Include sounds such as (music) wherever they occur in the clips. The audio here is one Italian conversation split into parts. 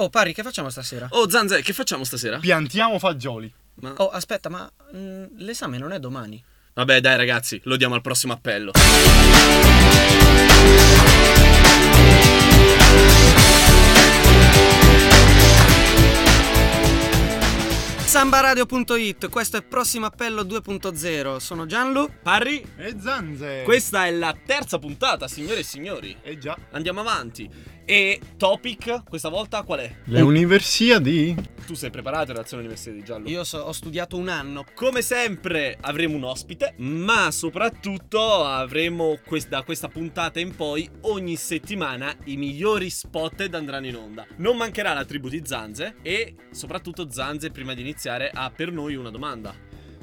Oh, Parri, che facciamo stasera? Oh, Zanze, che facciamo stasera? Piantiamo fagioli. Ma- Oh, aspetta, ma mh, l'esame non è domani. Vabbè, dai, ragazzi, lo diamo al prossimo appello. Sambaradio.it, questo è Prossimo Appello 2.0. Sono Gianlu. Parri, E zanze. questa è la terza puntata, signore e signori. Eh già. Andiamo avanti. E topic, questa volta qual è? Le universiadi? Tu sei preparato in relazione all'Università di Giallo? Io so- ho studiato un anno. Come sempre avremo un ospite, ma soprattutto avremo quest- da questa puntata in poi ogni settimana i migliori spot ed andranno in onda. Non mancherà la tribù di Zanze e soprattutto Zanze prima di iniziare ha per noi una domanda.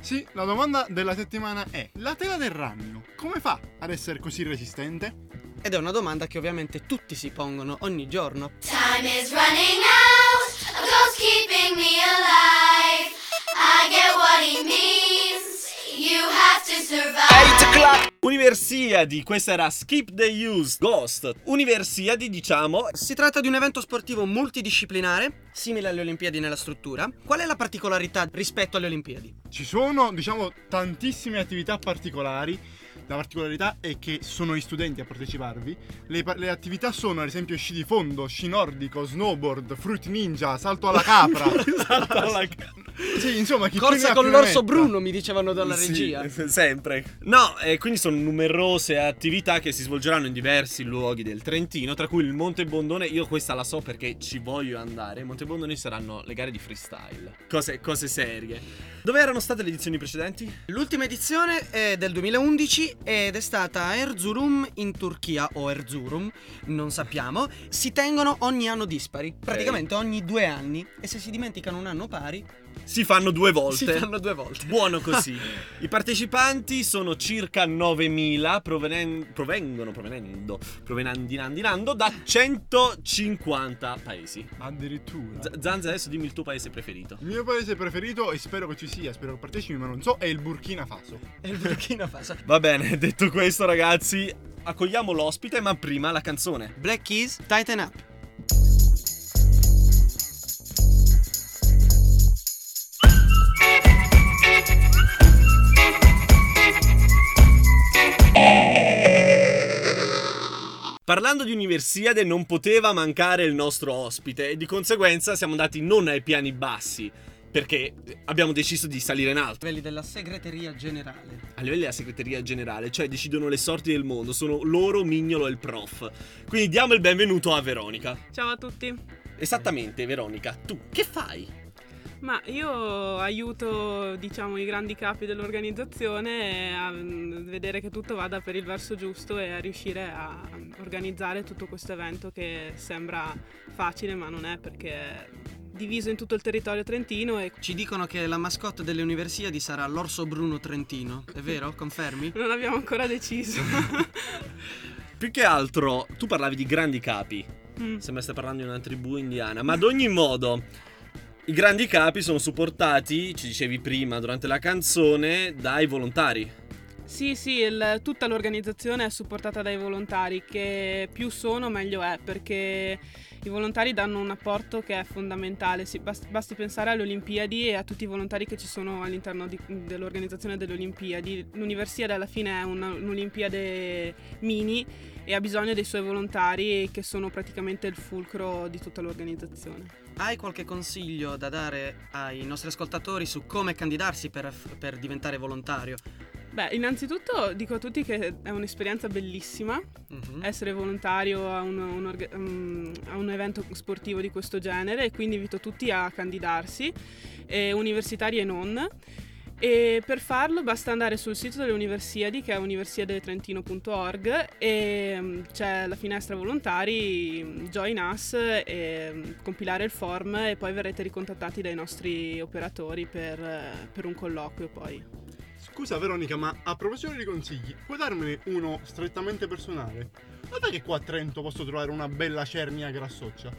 Sì, la domanda della settimana è: la tela del ragno come fa ad essere così resistente? Ed è una domanda che ovviamente tutti si pongono ogni giorno. Time is running out of ghosts keeping me alive. I get what he means. You have to survive. Universiadi, questa era Skip the Use Ghost. Universiadi, diciamo, Si tratta di un evento sportivo multidisciplinare, simile alle Olimpiadi nella struttura. Qual è la particolarità rispetto alle Olimpiadi? Ci sono, diciamo, tantissime attività particolari. La particolarità è che sono gli studenti a parteciparvi. Le, pa- le attività sono, ad esempio, sci di fondo, sci nordico, snowboard, fruit ninja, salto alla capra. (laughs) Salto alla ca- sì, insomma, chi più ne Corse ha con più ne l'orso metta. Bruno, mi dicevano dalla Sì, regia. sempre. No, e quindi sono numerose attività che si svolgeranno in diversi luoghi del Trentino, tra cui il Monte Bondone. Io questa la so perché ci voglio andare. In Monte Bondone saranno le gare di freestyle. Cose, cose serie. Dove erano state le edizioni precedenti? L'ultima edizione è del 2011 ed è stata a Erzurum in Turchia o Erzurum, non sappiamo. Si tengono ogni anno dispari, praticamente ogni due anni e se si dimenticano un anno pari Si fanno due volte. si fanno due volte. (laughs) Buono così. I partecipanti sono circa 9.000, provenen- provengono, provenendo, provenandinandinando da 150 paesi. Addirittura. Z- Zanza, adesso dimmi il tuo paese preferito. il mio paese preferito, e spero che ci sia, spero che partecipi, ma non so, è il Burkina Faso. E il Burkina Faso. Va bene, (laughs) detto questo, ragazzi, accogliamo l'ospite, ma prima la canzone. Black Keys, Tighten Up. Parlando di Universiade, non poteva mancare il nostro ospite, e di conseguenza siamo andati non ai piani bassi, perché abbiamo deciso di salire in alto. Quelli della segreteria generale. A livello della segreteria generale, cioè decidono le sorti del mondo, sono loro, Mignolo e il prof. Quindi diamo il benvenuto a Veronica. Ciao a tutti. Esattamente, Veronica, tu che fai? Ma io aiuto, diciamo, i grandi capi dell'organizzazione a mm, vedere che tutto vada per il verso giusto e a riuscire a mm, organizzare tutto questo evento che sembra facile, ma non è perché è diviso in tutto il territorio trentino e Ci dicono che la mascotte delle universiadi sarà l'orso Bruno Trentino, è vero? Confermi? non abbiamo ancora deciso. Più che altro, tu parlavi di grandi capi. Mm. Sembra stai parlando di una tribù indiana. Ma ad ogni modo, i grandi capi sono supportati, ci dicevi prima durante la canzone, dai volontari. Sì, sì, il- tutta l'organizzazione è supportata dai volontari, che più sono meglio è, perché i volontari danno un apporto che è fondamentale. Sì, bas- basti pensare alle Olimpiadi e a tutti i volontari che ci sono all'interno di- dell'organizzazione delle Olimpiadi. L'università alla fine è una- un'Olimpiade mini e ha bisogno dei suoi volontari che sono praticamente il fulcro di tutta l'organizzazione. Hai qualche consiglio da dare ai nostri ascoltatori su come candidarsi per, per diventare volontario? Beh, innanzitutto dico a tutti che è un'esperienza bellissima, Mhm. essere volontario a un, un orga- mm, a un evento sportivo di questo genere e quindi invito tutti a candidarsi, eh, universitari e non. E per farlo basta andare sul sito delle Universiadi che è universiadetrentino.org e mm, c'è la finestra volontari, mm, join us e mm, compilare il form e poi verrete ricontattati dai nostri operatori per, eh, per un colloquio poi. Scusa Veronica, ma a proposito di consigli, puoi darmene uno strettamente personale? Guarda che qua a Trento posso trovare una bella cernia grassoccia.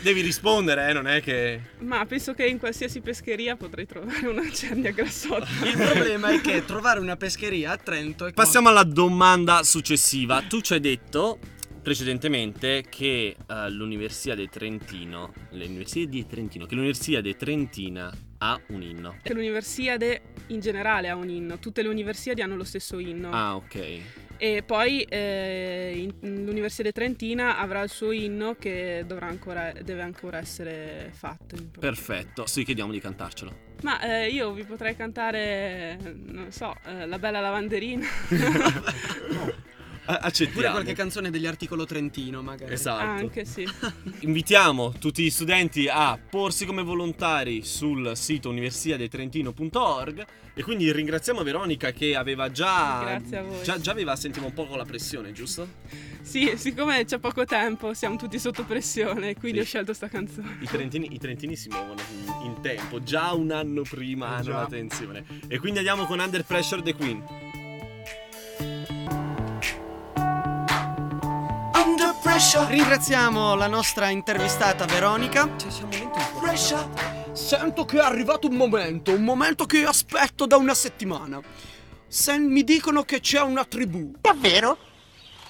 Devi rispondere, eh, non è che... Ma penso che in qualsiasi pescheria potrei trovare una cernia (laughs) grassotta. Il problema è che trovare una pescheria a Trento è Passiamo alla domanda successiva. Tu ci hai detto precedentemente che eh, l'Università di Trentino, le università di Trentino, che l'Università di Trentina ha un inno. Che l'universiade in generale ha un inno, tutte le universiadi hanno lo stesso inno. Ah, ok. E poi eh, in- l'Universiade Trentina avrà il suo inno che dovrà ancora, deve ancora essere fatto. in proprio. Perfetto, sì, chiediamo di cantarcelo. Ma eh, io vi potrei cantare, non so, eh, La bella lavanderina. (laughs) Esatto. A- Oppure Accettiamo. qualche canzone degli articolo Trentino, Ah, magari. Esatto. Anche sì. Invitiamo tutti gli studenti a porsi come volontari sul sito universiadetrentino.org e quindi ringraziamo Veronica che aveva già Grazie a voi. già, già aveva sentivo un po' con la pressione, giusto? Sì, siccome c'è poco tempo, siamo tutti sotto pressione, quindi Sì. ho scelto sta canzone. I trentini, i trentini si muovono in, in tempo, già un anno prima hanno Eh, Già. la tensione. E quindi andiamo con Under Pressure the Queen. Under pressure, Ringraziamo la nostra intervistata Veronica. pressure. Sento che è arrivato un momento, un momento che io aspetto da una settimana. Se mi dicono che c'è una tribù. Davvero?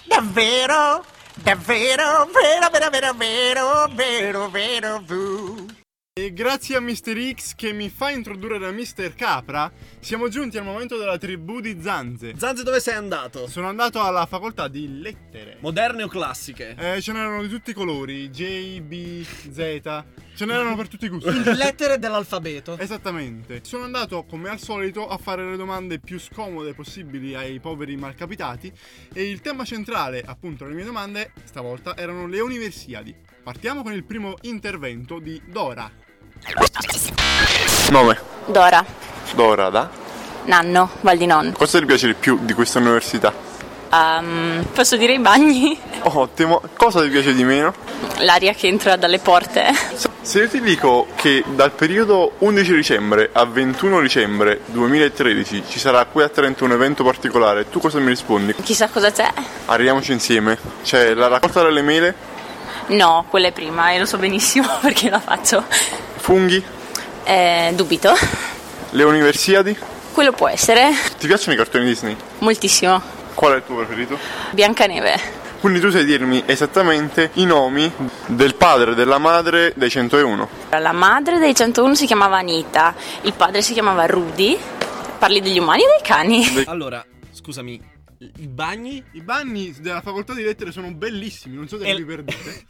Davvero? Davvero? Vero, vero, vero, vero, vero, vero, vu. E grazie a Mr. X che mi fa introdurre da Mr. Capra, siamo giunti al momento della tribù di Zanze. Zanzi dove sei andato? Sono andato alla facoltà di lettere. Moderne o classiche? Eh, ce n'erano di tutti i colori, J, B, Z, ce n'erano per tutti i gusti. Lettere (laughs) dell'alfabeto. Esattamente. Sono andato come al solito a fare le domande più scomode possibili ai poveri malcapitati e il tema centrale, appunto, delle mie domande stavolta erano le universiadi. Partiamo con il primo intervento di Dora. Nome, Dora, Dora, da? Nanno, Val di Non. Cosa ti piace di più di questa università? Ehm, posso dire i bagni? (laughs) Ottimo, cosa ti piace di meno? L'aria che entra dalle porte. Se io ti dico che dal periodo 11 dicembre a 21 dicembre 2013 ci sarà qui a Trento un evento particolare, tu cosa mi rispondi? Chissà cosa c'è. Arriviamoci insieme, c'è la raccolta delle mele, No, quella è prima e lo so benissimo (laughs) perché la faccio. funghi, Eh, dubito. le universiadi. Quello può essere Ti piacciono i cartoni Disney? moltissimo. Qual è il tuo preferito? Biancaneve. Quindi tu sai dirmi esattamente i nomi del padre, della madre dei 101. La madre dei 101 si chiamava Anita, il padre si chiamava Rudy. Parli degli umani o dei cani? Allora, scusami, i bagni? I bagni della facoltà di lettere sono bellissimi, non so se E- vi perdete.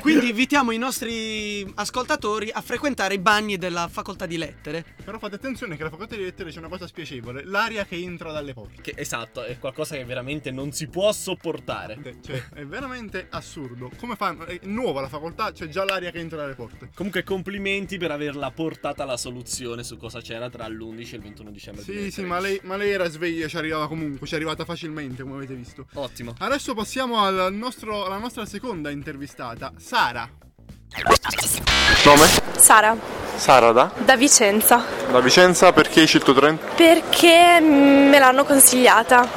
Quindi invitiamo i nostri ascoltatori a frequentare i bagni della facoltà di lettere. (laughs) Però fate attenzione che la facoltà di lettere c'è una cosa spiacevole, l'aria che entra dalle porte. Che, esatto, è qualcosa che veramente non si può sopportare. Cioè, è veramente assurdo. Come fanno? È nuova la facoltà, c'è già l'aria che entra dalle porte. Comunque complimenti per averla portata alla soluzione su cosa c'era tra l'11 e il 21 dicembre. Sì, 2013. sì, ma lei, ma lei era sveglia, ci arrivava comunque, ci è arrivata facilmente, come avete visto. Ottimo. Adesso passiamo al nostro- alla nostra seconda intervistata, Sara. Nome? Sara, Sara da? da Vicenza. Da Vicenza perché hai scelto Trento? Perché mm, me l'hanno consigliata?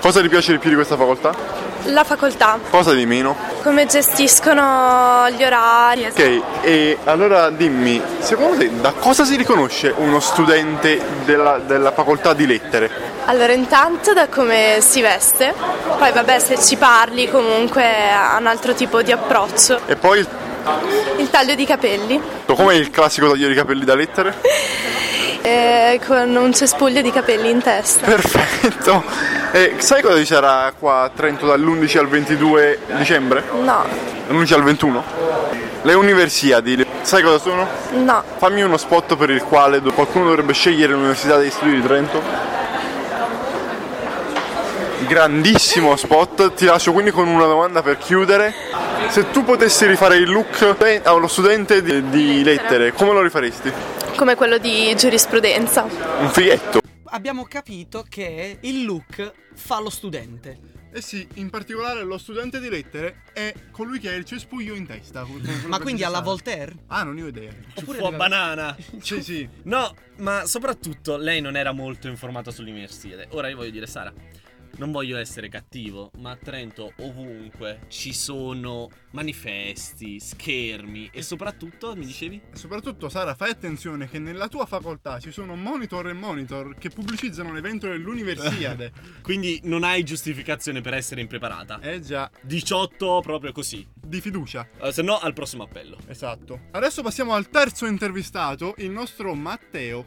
Cosa ti piace di più di questa facoltà? La facoltà, Cosa di meno? come gestiscono gli orari. Ok, e allora dimmi, secondo te da cosa si riconosce uno studente della, della facoltà di lettere? Allora, intanto da come si veste, poi vabbè se ci parli comunque ha un altro tipo di approccio. E poi Il taglio di capelli, com'è il classico taglio di capelli da (laughs) lettere? eh, con un cespuglio di capelli in testa. Perfetto! E sai cosa ci sarà qua a Trento dall'11 al 22 dicembre? No, Dall'11 al 21? Le universiadi, le- sai cosa sono? no, Fammi uno spot per il quale do- qualcuno dovrebbe scegliere l'Università degli Studi di Trento. Grandissimo spot, ti lascio quindi con una domanda per chiudere. Se tu potessi rifare il look pe- a uno studente di, di lettere, come lo rifaresti? come quello di giurisprudenza. Un fighetto. Abbiamo capito che il look fa lo studente. Eh sì, in particolare lo studente di lettere è colui che ha il cespuglio in testa. come- come Ma dice quindi alla Sara. Voltaire? Ah, non ne ho (laughs) idea. Oppure Fu a la- banana. Sì, sì. No, ma soprattutto lei non era molto informata sull'università. Ora io voglio dire, Sara, non voglio essere cattivo, ma a Trento ovunque ci sono manifesti, schermi e soprattutto, mi dicevi? Soprattutto Sara, fai attenzione che nella tua facoltà ci sono monitor e monitor che pubblicizzano l'evento dell'universiade. Quindi non hai giustificazione per essere impreparata. eh già, 18 proprio così. di fiducia. Eh, se no al prossimo appello. Esatto. Adesso passiamo al terzo intervistato, il nostro Matteo.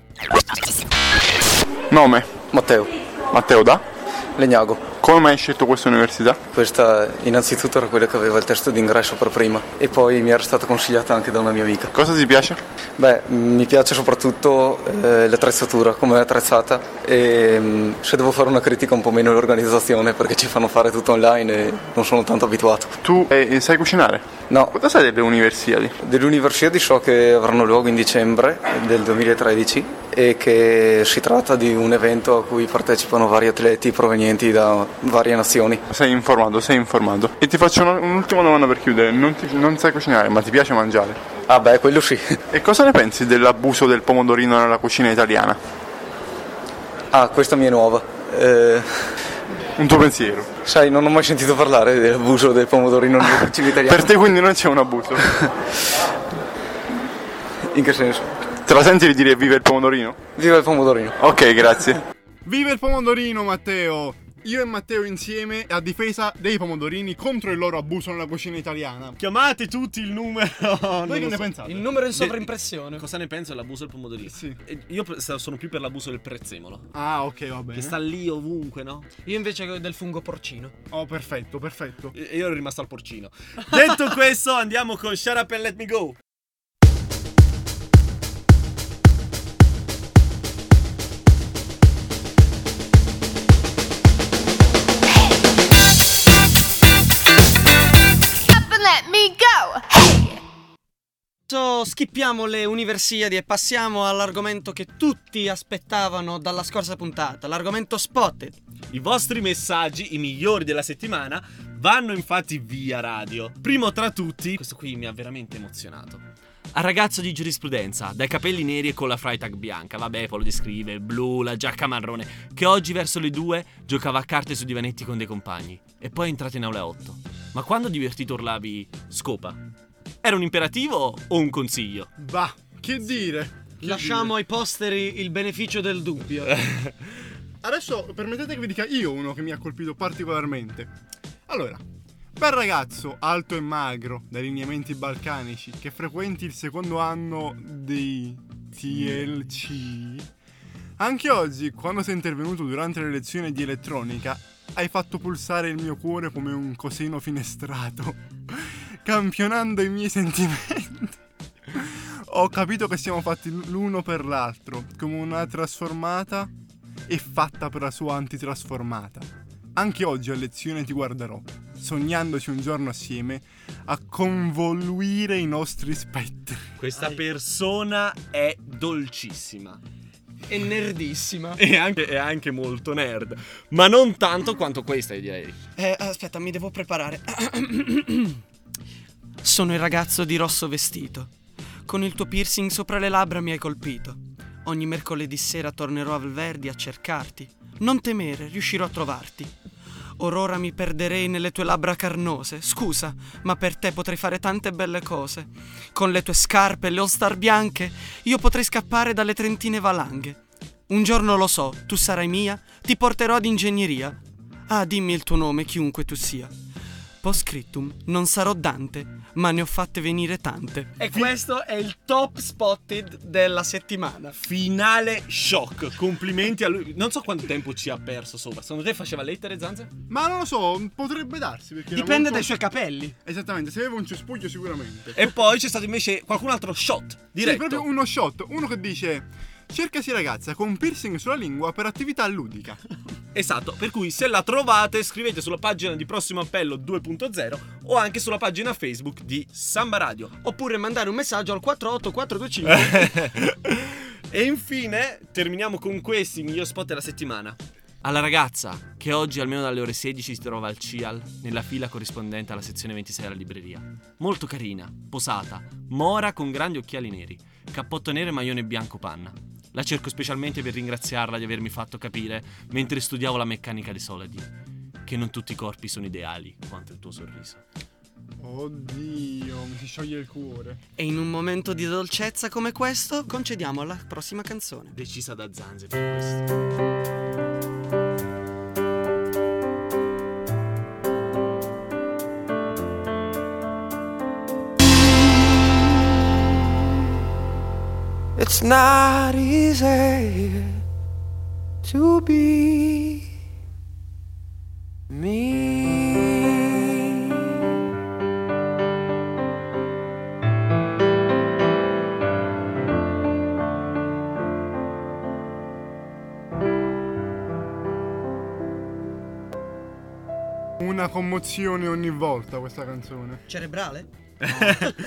Nome. Matteo Matteo da? Legnago, Come mai hai scelto questa università? questa innanzitutto era quella che aveva il testo d'ingresso per prima e poi mi era stata consigliata anche da una mia amica. Cosa ti piace? Beh, mm, mi piace soprattutto eh, l'attrezzatura, come è attrezzata e mm, se devo fare una critica un po' meno l'organizzazione perché ci fanno fare tutto online e non sono tanto abituato. Tu eh, sai cucinare? No, Cosa sai delle universiadi? Dell'università so che avranno luogo in dicembre del 2013 e che si tratta di un evento a cui partecipano vari atleti provenienti da varie nazioni. Sei informato, sei informato. E ti faccio una- un'ultima domanda per chiudere. Non, ti- non sai cucinare, ma ti piace mangiare. Ah beh, quello sì. (laughs) E cosa ne pensi dell'abuso del pomodorino nella cucina italiana? Ah, questa mi è nuova. Eh, Un tuo pensiero. sai, non ho mai sentito parlare dell'abuso del pomodorino nella cucina italiana. Per te quindi non c'è un abuso. In che senso? Te la senti di dire viva il pomodorino? Viva il pomodorino! Ok, grazie. Viva il pomodorino, Matteo! Io e Matteo insieme a difesa dei pomodorini contro il loro abuso nella cucina italiana. Chiamate tutti il numero. (laughs) non Voi che lo ne so. pensate? Il numero in De- sovraimpressione. Cosa ne penso dell'abuso del pomodorino? Sì. Eh, Io pre- sono più per l'abuso del prezzemolo. Ah, ok, va Mm. bene. Che sta lì ovunque, no? Io invece del fungo porcino. Oh, perfetto, perfetto. E io ero rimasto al porcino. Detto (laughs) questo, andiamo con Shut Up and Let Me Go. Up and let me go. Adesso skippiamo le universiadi e passiamo all'argomento che tutti aspettavano dalla scorsa puntata, l'argomento spotted. I vostri messaggi, i migliori della settimana, vanno infatti via radio. Primo tra tutti, questo qui mi ha veramente emozionato. Al ragazzo di giurisprudenza, dai capelli neri e con la freitag bianca, vabbè, poi lo descrive, blu, la giacca marrone, che oggi verso le due giocava a carte su divanetti con dei compagni e poi è entrato in aula 8. Ma quando divertito urlavi scopa? Era un imperativo o un consiglio? Bah, che dire? Che Lasciamo ai posteri il beneficio del (laughs) dubbio. (laughs) Adesso permettete che vi dica io uno che mi ha colpito particolarmente. Allora, bel ragazzo, alto e magro, dai lineamenti balcanici, che frequenti il secondo anno di TLC. Anche oggi, quando sei intervenuto durante le lezioni di elettronica, hai fatto pulsare il mio cuore come un coseno finestrato, (laughs) campionando i miei sentimenti. Ho capito che siamo fatti l'uno per l'altro, come una trasformata e fatta per la sua antitrasformata. Anche oggi a lezione ti guarderò, sognandoci un giorno assieme a convoluire i nostri spettri. Questa persona è dolcissima. È nerdissima. E anche, è anche molto nerd. Ma non tanto quanto questa, io direi. Eh, aspetta, mi devo preparare. (clears throat) Sono il ragazzo di rosso vestito. Con il tuo piercing sopra le labbra mi hai colpito. Ogni mercoledì sera tornerò a Valverdi a cercarti. Non temere, riuscirò a trovarti. Or ora mi perderei nelle tue labbra carnose. Scusa, ma per te potrei fare tante belle cose. Con le tue scarpe e le all-star bianche, io potrei scappare dalle trentine valanghe. Un giorno lo so, tu sarai mia, ti porterò ad ingegneria. Ah, dimmi il tuo nome, chiunque tu sia. Postscriptum, non sarò Dante, ma ne ho fatte venire tante. E questo è il top spotted della settimana. Finale shock. Complimenti a lui. Non so quanto tempo ci ha perso sopra. Secondo te faceva lettere, Zanze? Ma non lo so, potrebbe darsi perché... era Dipende molto- dai suoi capelli. Esattamente, se aveva un cespuglio sicuramente. E poi c'è stato invece qualcun altro shot. Sì, Diretto. proprio uno shot, uno che dice... Cercasi ragazza con piercing sulla lingua per attività ludica. Esatto, per cui se la trovate scrivete sulla pagina di Prossimo Appello 2.0 o anche sulla pagina Facebook di Samba Radio. Oppure mandare un messaggio al 48425. (laughs) e infine terminiamo con questi miglior spot della settimana. Alla ragazza, che oggi almeno dalle ore 16 si trova al CIAL, nella fila corrispondente alla sezione 26 della libreria. Molto carina, posata, mora con grandi occhiali neri, cappotto nero e maglione bianco panna. La cerco specialmente per ringraziarla di avermi fatto capire, mentre studiavo la meccanica di Soladi, che non tutti i corpi sono ideali quanto il tuo sorriso. Oddio, mi si scioglie il cuore. E in un momento di dolcezza come questo, concediamo alla prossima canzone. Decisa da Zanze per questo. It's not easy to be me. Una commozione ogni volta questa canzone. Cerebrale?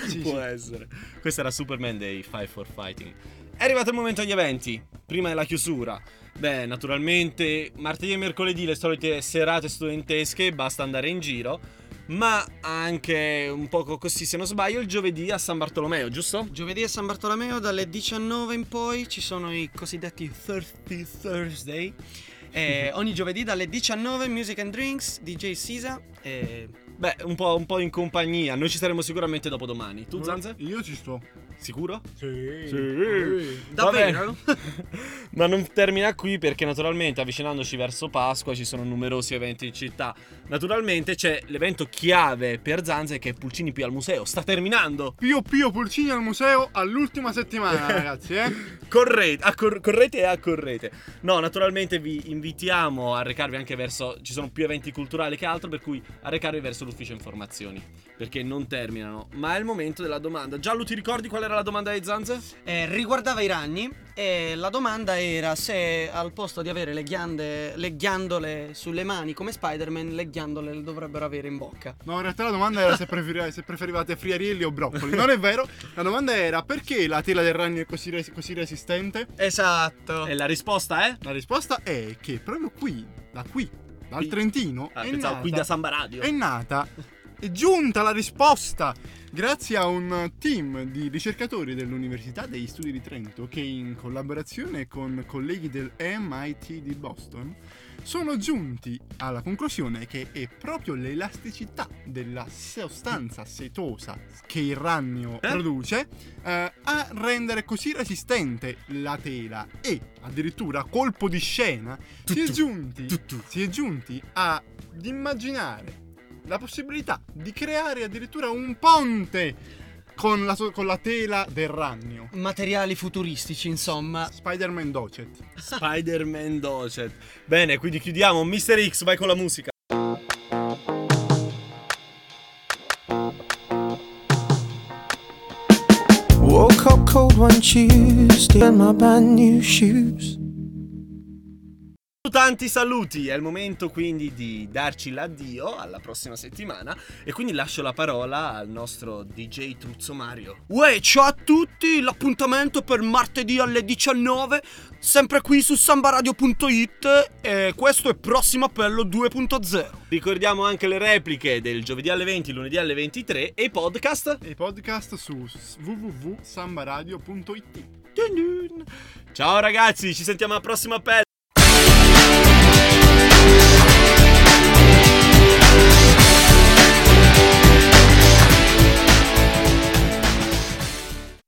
Sì, Può sì. essere. Questo era Superman dei Five for Fighting. È arrivato il momento degli eventi, prima della chiusura. Beh, naturalmente, martedì e mercoledì le solite serate studentesche, basta andare in giro. Ma anche un poco così, se non sbaglio, il giovedì a San Bartolomeo, giusto? Giovedì a San Bartolomeo dalle 19 in poi ci sono i cosiddetti Thirsty Thursday. Eh, ogni giovedì dalle 19 Music and Drinks, DJ Sisa. eh, Beh, un po', un po' in compagnia. Noi ci saremo sicuramente dopo domani. Tu, Zanze? Io ci sto. Sicuro? Mm. Sì. Mm. davvero? Vabbè. (laughs) Ma non termina qui perché naturalmente avvicinandoci verso Pasqua ci sono numerosi eventi in città. Naturalmente c'è l'evento chiave per Zanze che è Pulcini più al museo. Sta terminando. Pio Pio Pulcini al museo all'ultima (laughs) settimana, ragazzi, eh. Correte, a cor- correte e accorrete. No, naturalmente vi invitiamo a recarvi anche verso... Ci sono più eventi culturali che altro, per cui a recarvi verso l'ufficio informazioni. Perché non terminano. Ma è il momento della domanda. Giallo, ti ricordi qual era la domanda di Zanze? Eh, riguardava i ragni e la domanda era se al posto di avere le, ghiande- le ghiandole sulle mani come Spider-Man, le ghiandole le dovrebbero avere in bocca. No, in realtà la domanda era se, preferi- se preferivate friarielli o broccoli. Non è vero. La domanda era perché la tela del ragno è così, res- così resistente? Esatto. E la risposta è... La risposta è che proprio qui, da qui, dal Qui. Trentino, Ah, è, pensavo nata, qui da Samba Radio. è nata, è giunta la risposta grazie a un team di ricercatori dell'Università degli Studi di Trento che in collaborazione con colleghi del MIT di Boston sono giunti alla conclusione che è proprio l'elasticità della sostanza setosa che il ragno produce eh, a rendere così resistente la tela e addirittura colpo di scena si è giunti si è giunti ad immaginare la possibilità di creare addirittura un ponte con la, so- con la tela del ragno Materiali futuristici, insomma. Spider-Man Docet Spider-Man Docet. Bene, quindi chiudiamo. Mr. X, vai con la musica. Woke up cold one Tuesday in my brand new shoes. Tanti saluti, è il momento quindi di darci l'addio alla prossima settimana e quindi lascio la parola al nostro DJ Truzzo Mario. Uè, ciao a tutti, l'appuntamento per martedì alle 19, sempre qui su sambaradio.it e questo è Prossimo Appello 2.0. Ricordiamo anche le repliche del giovedì alle 20, lunedì alle 23 e i podcast. e i podcast su s- www.sambaradio.it Ciao ragazzi, ci sentiamo al prossimo appello.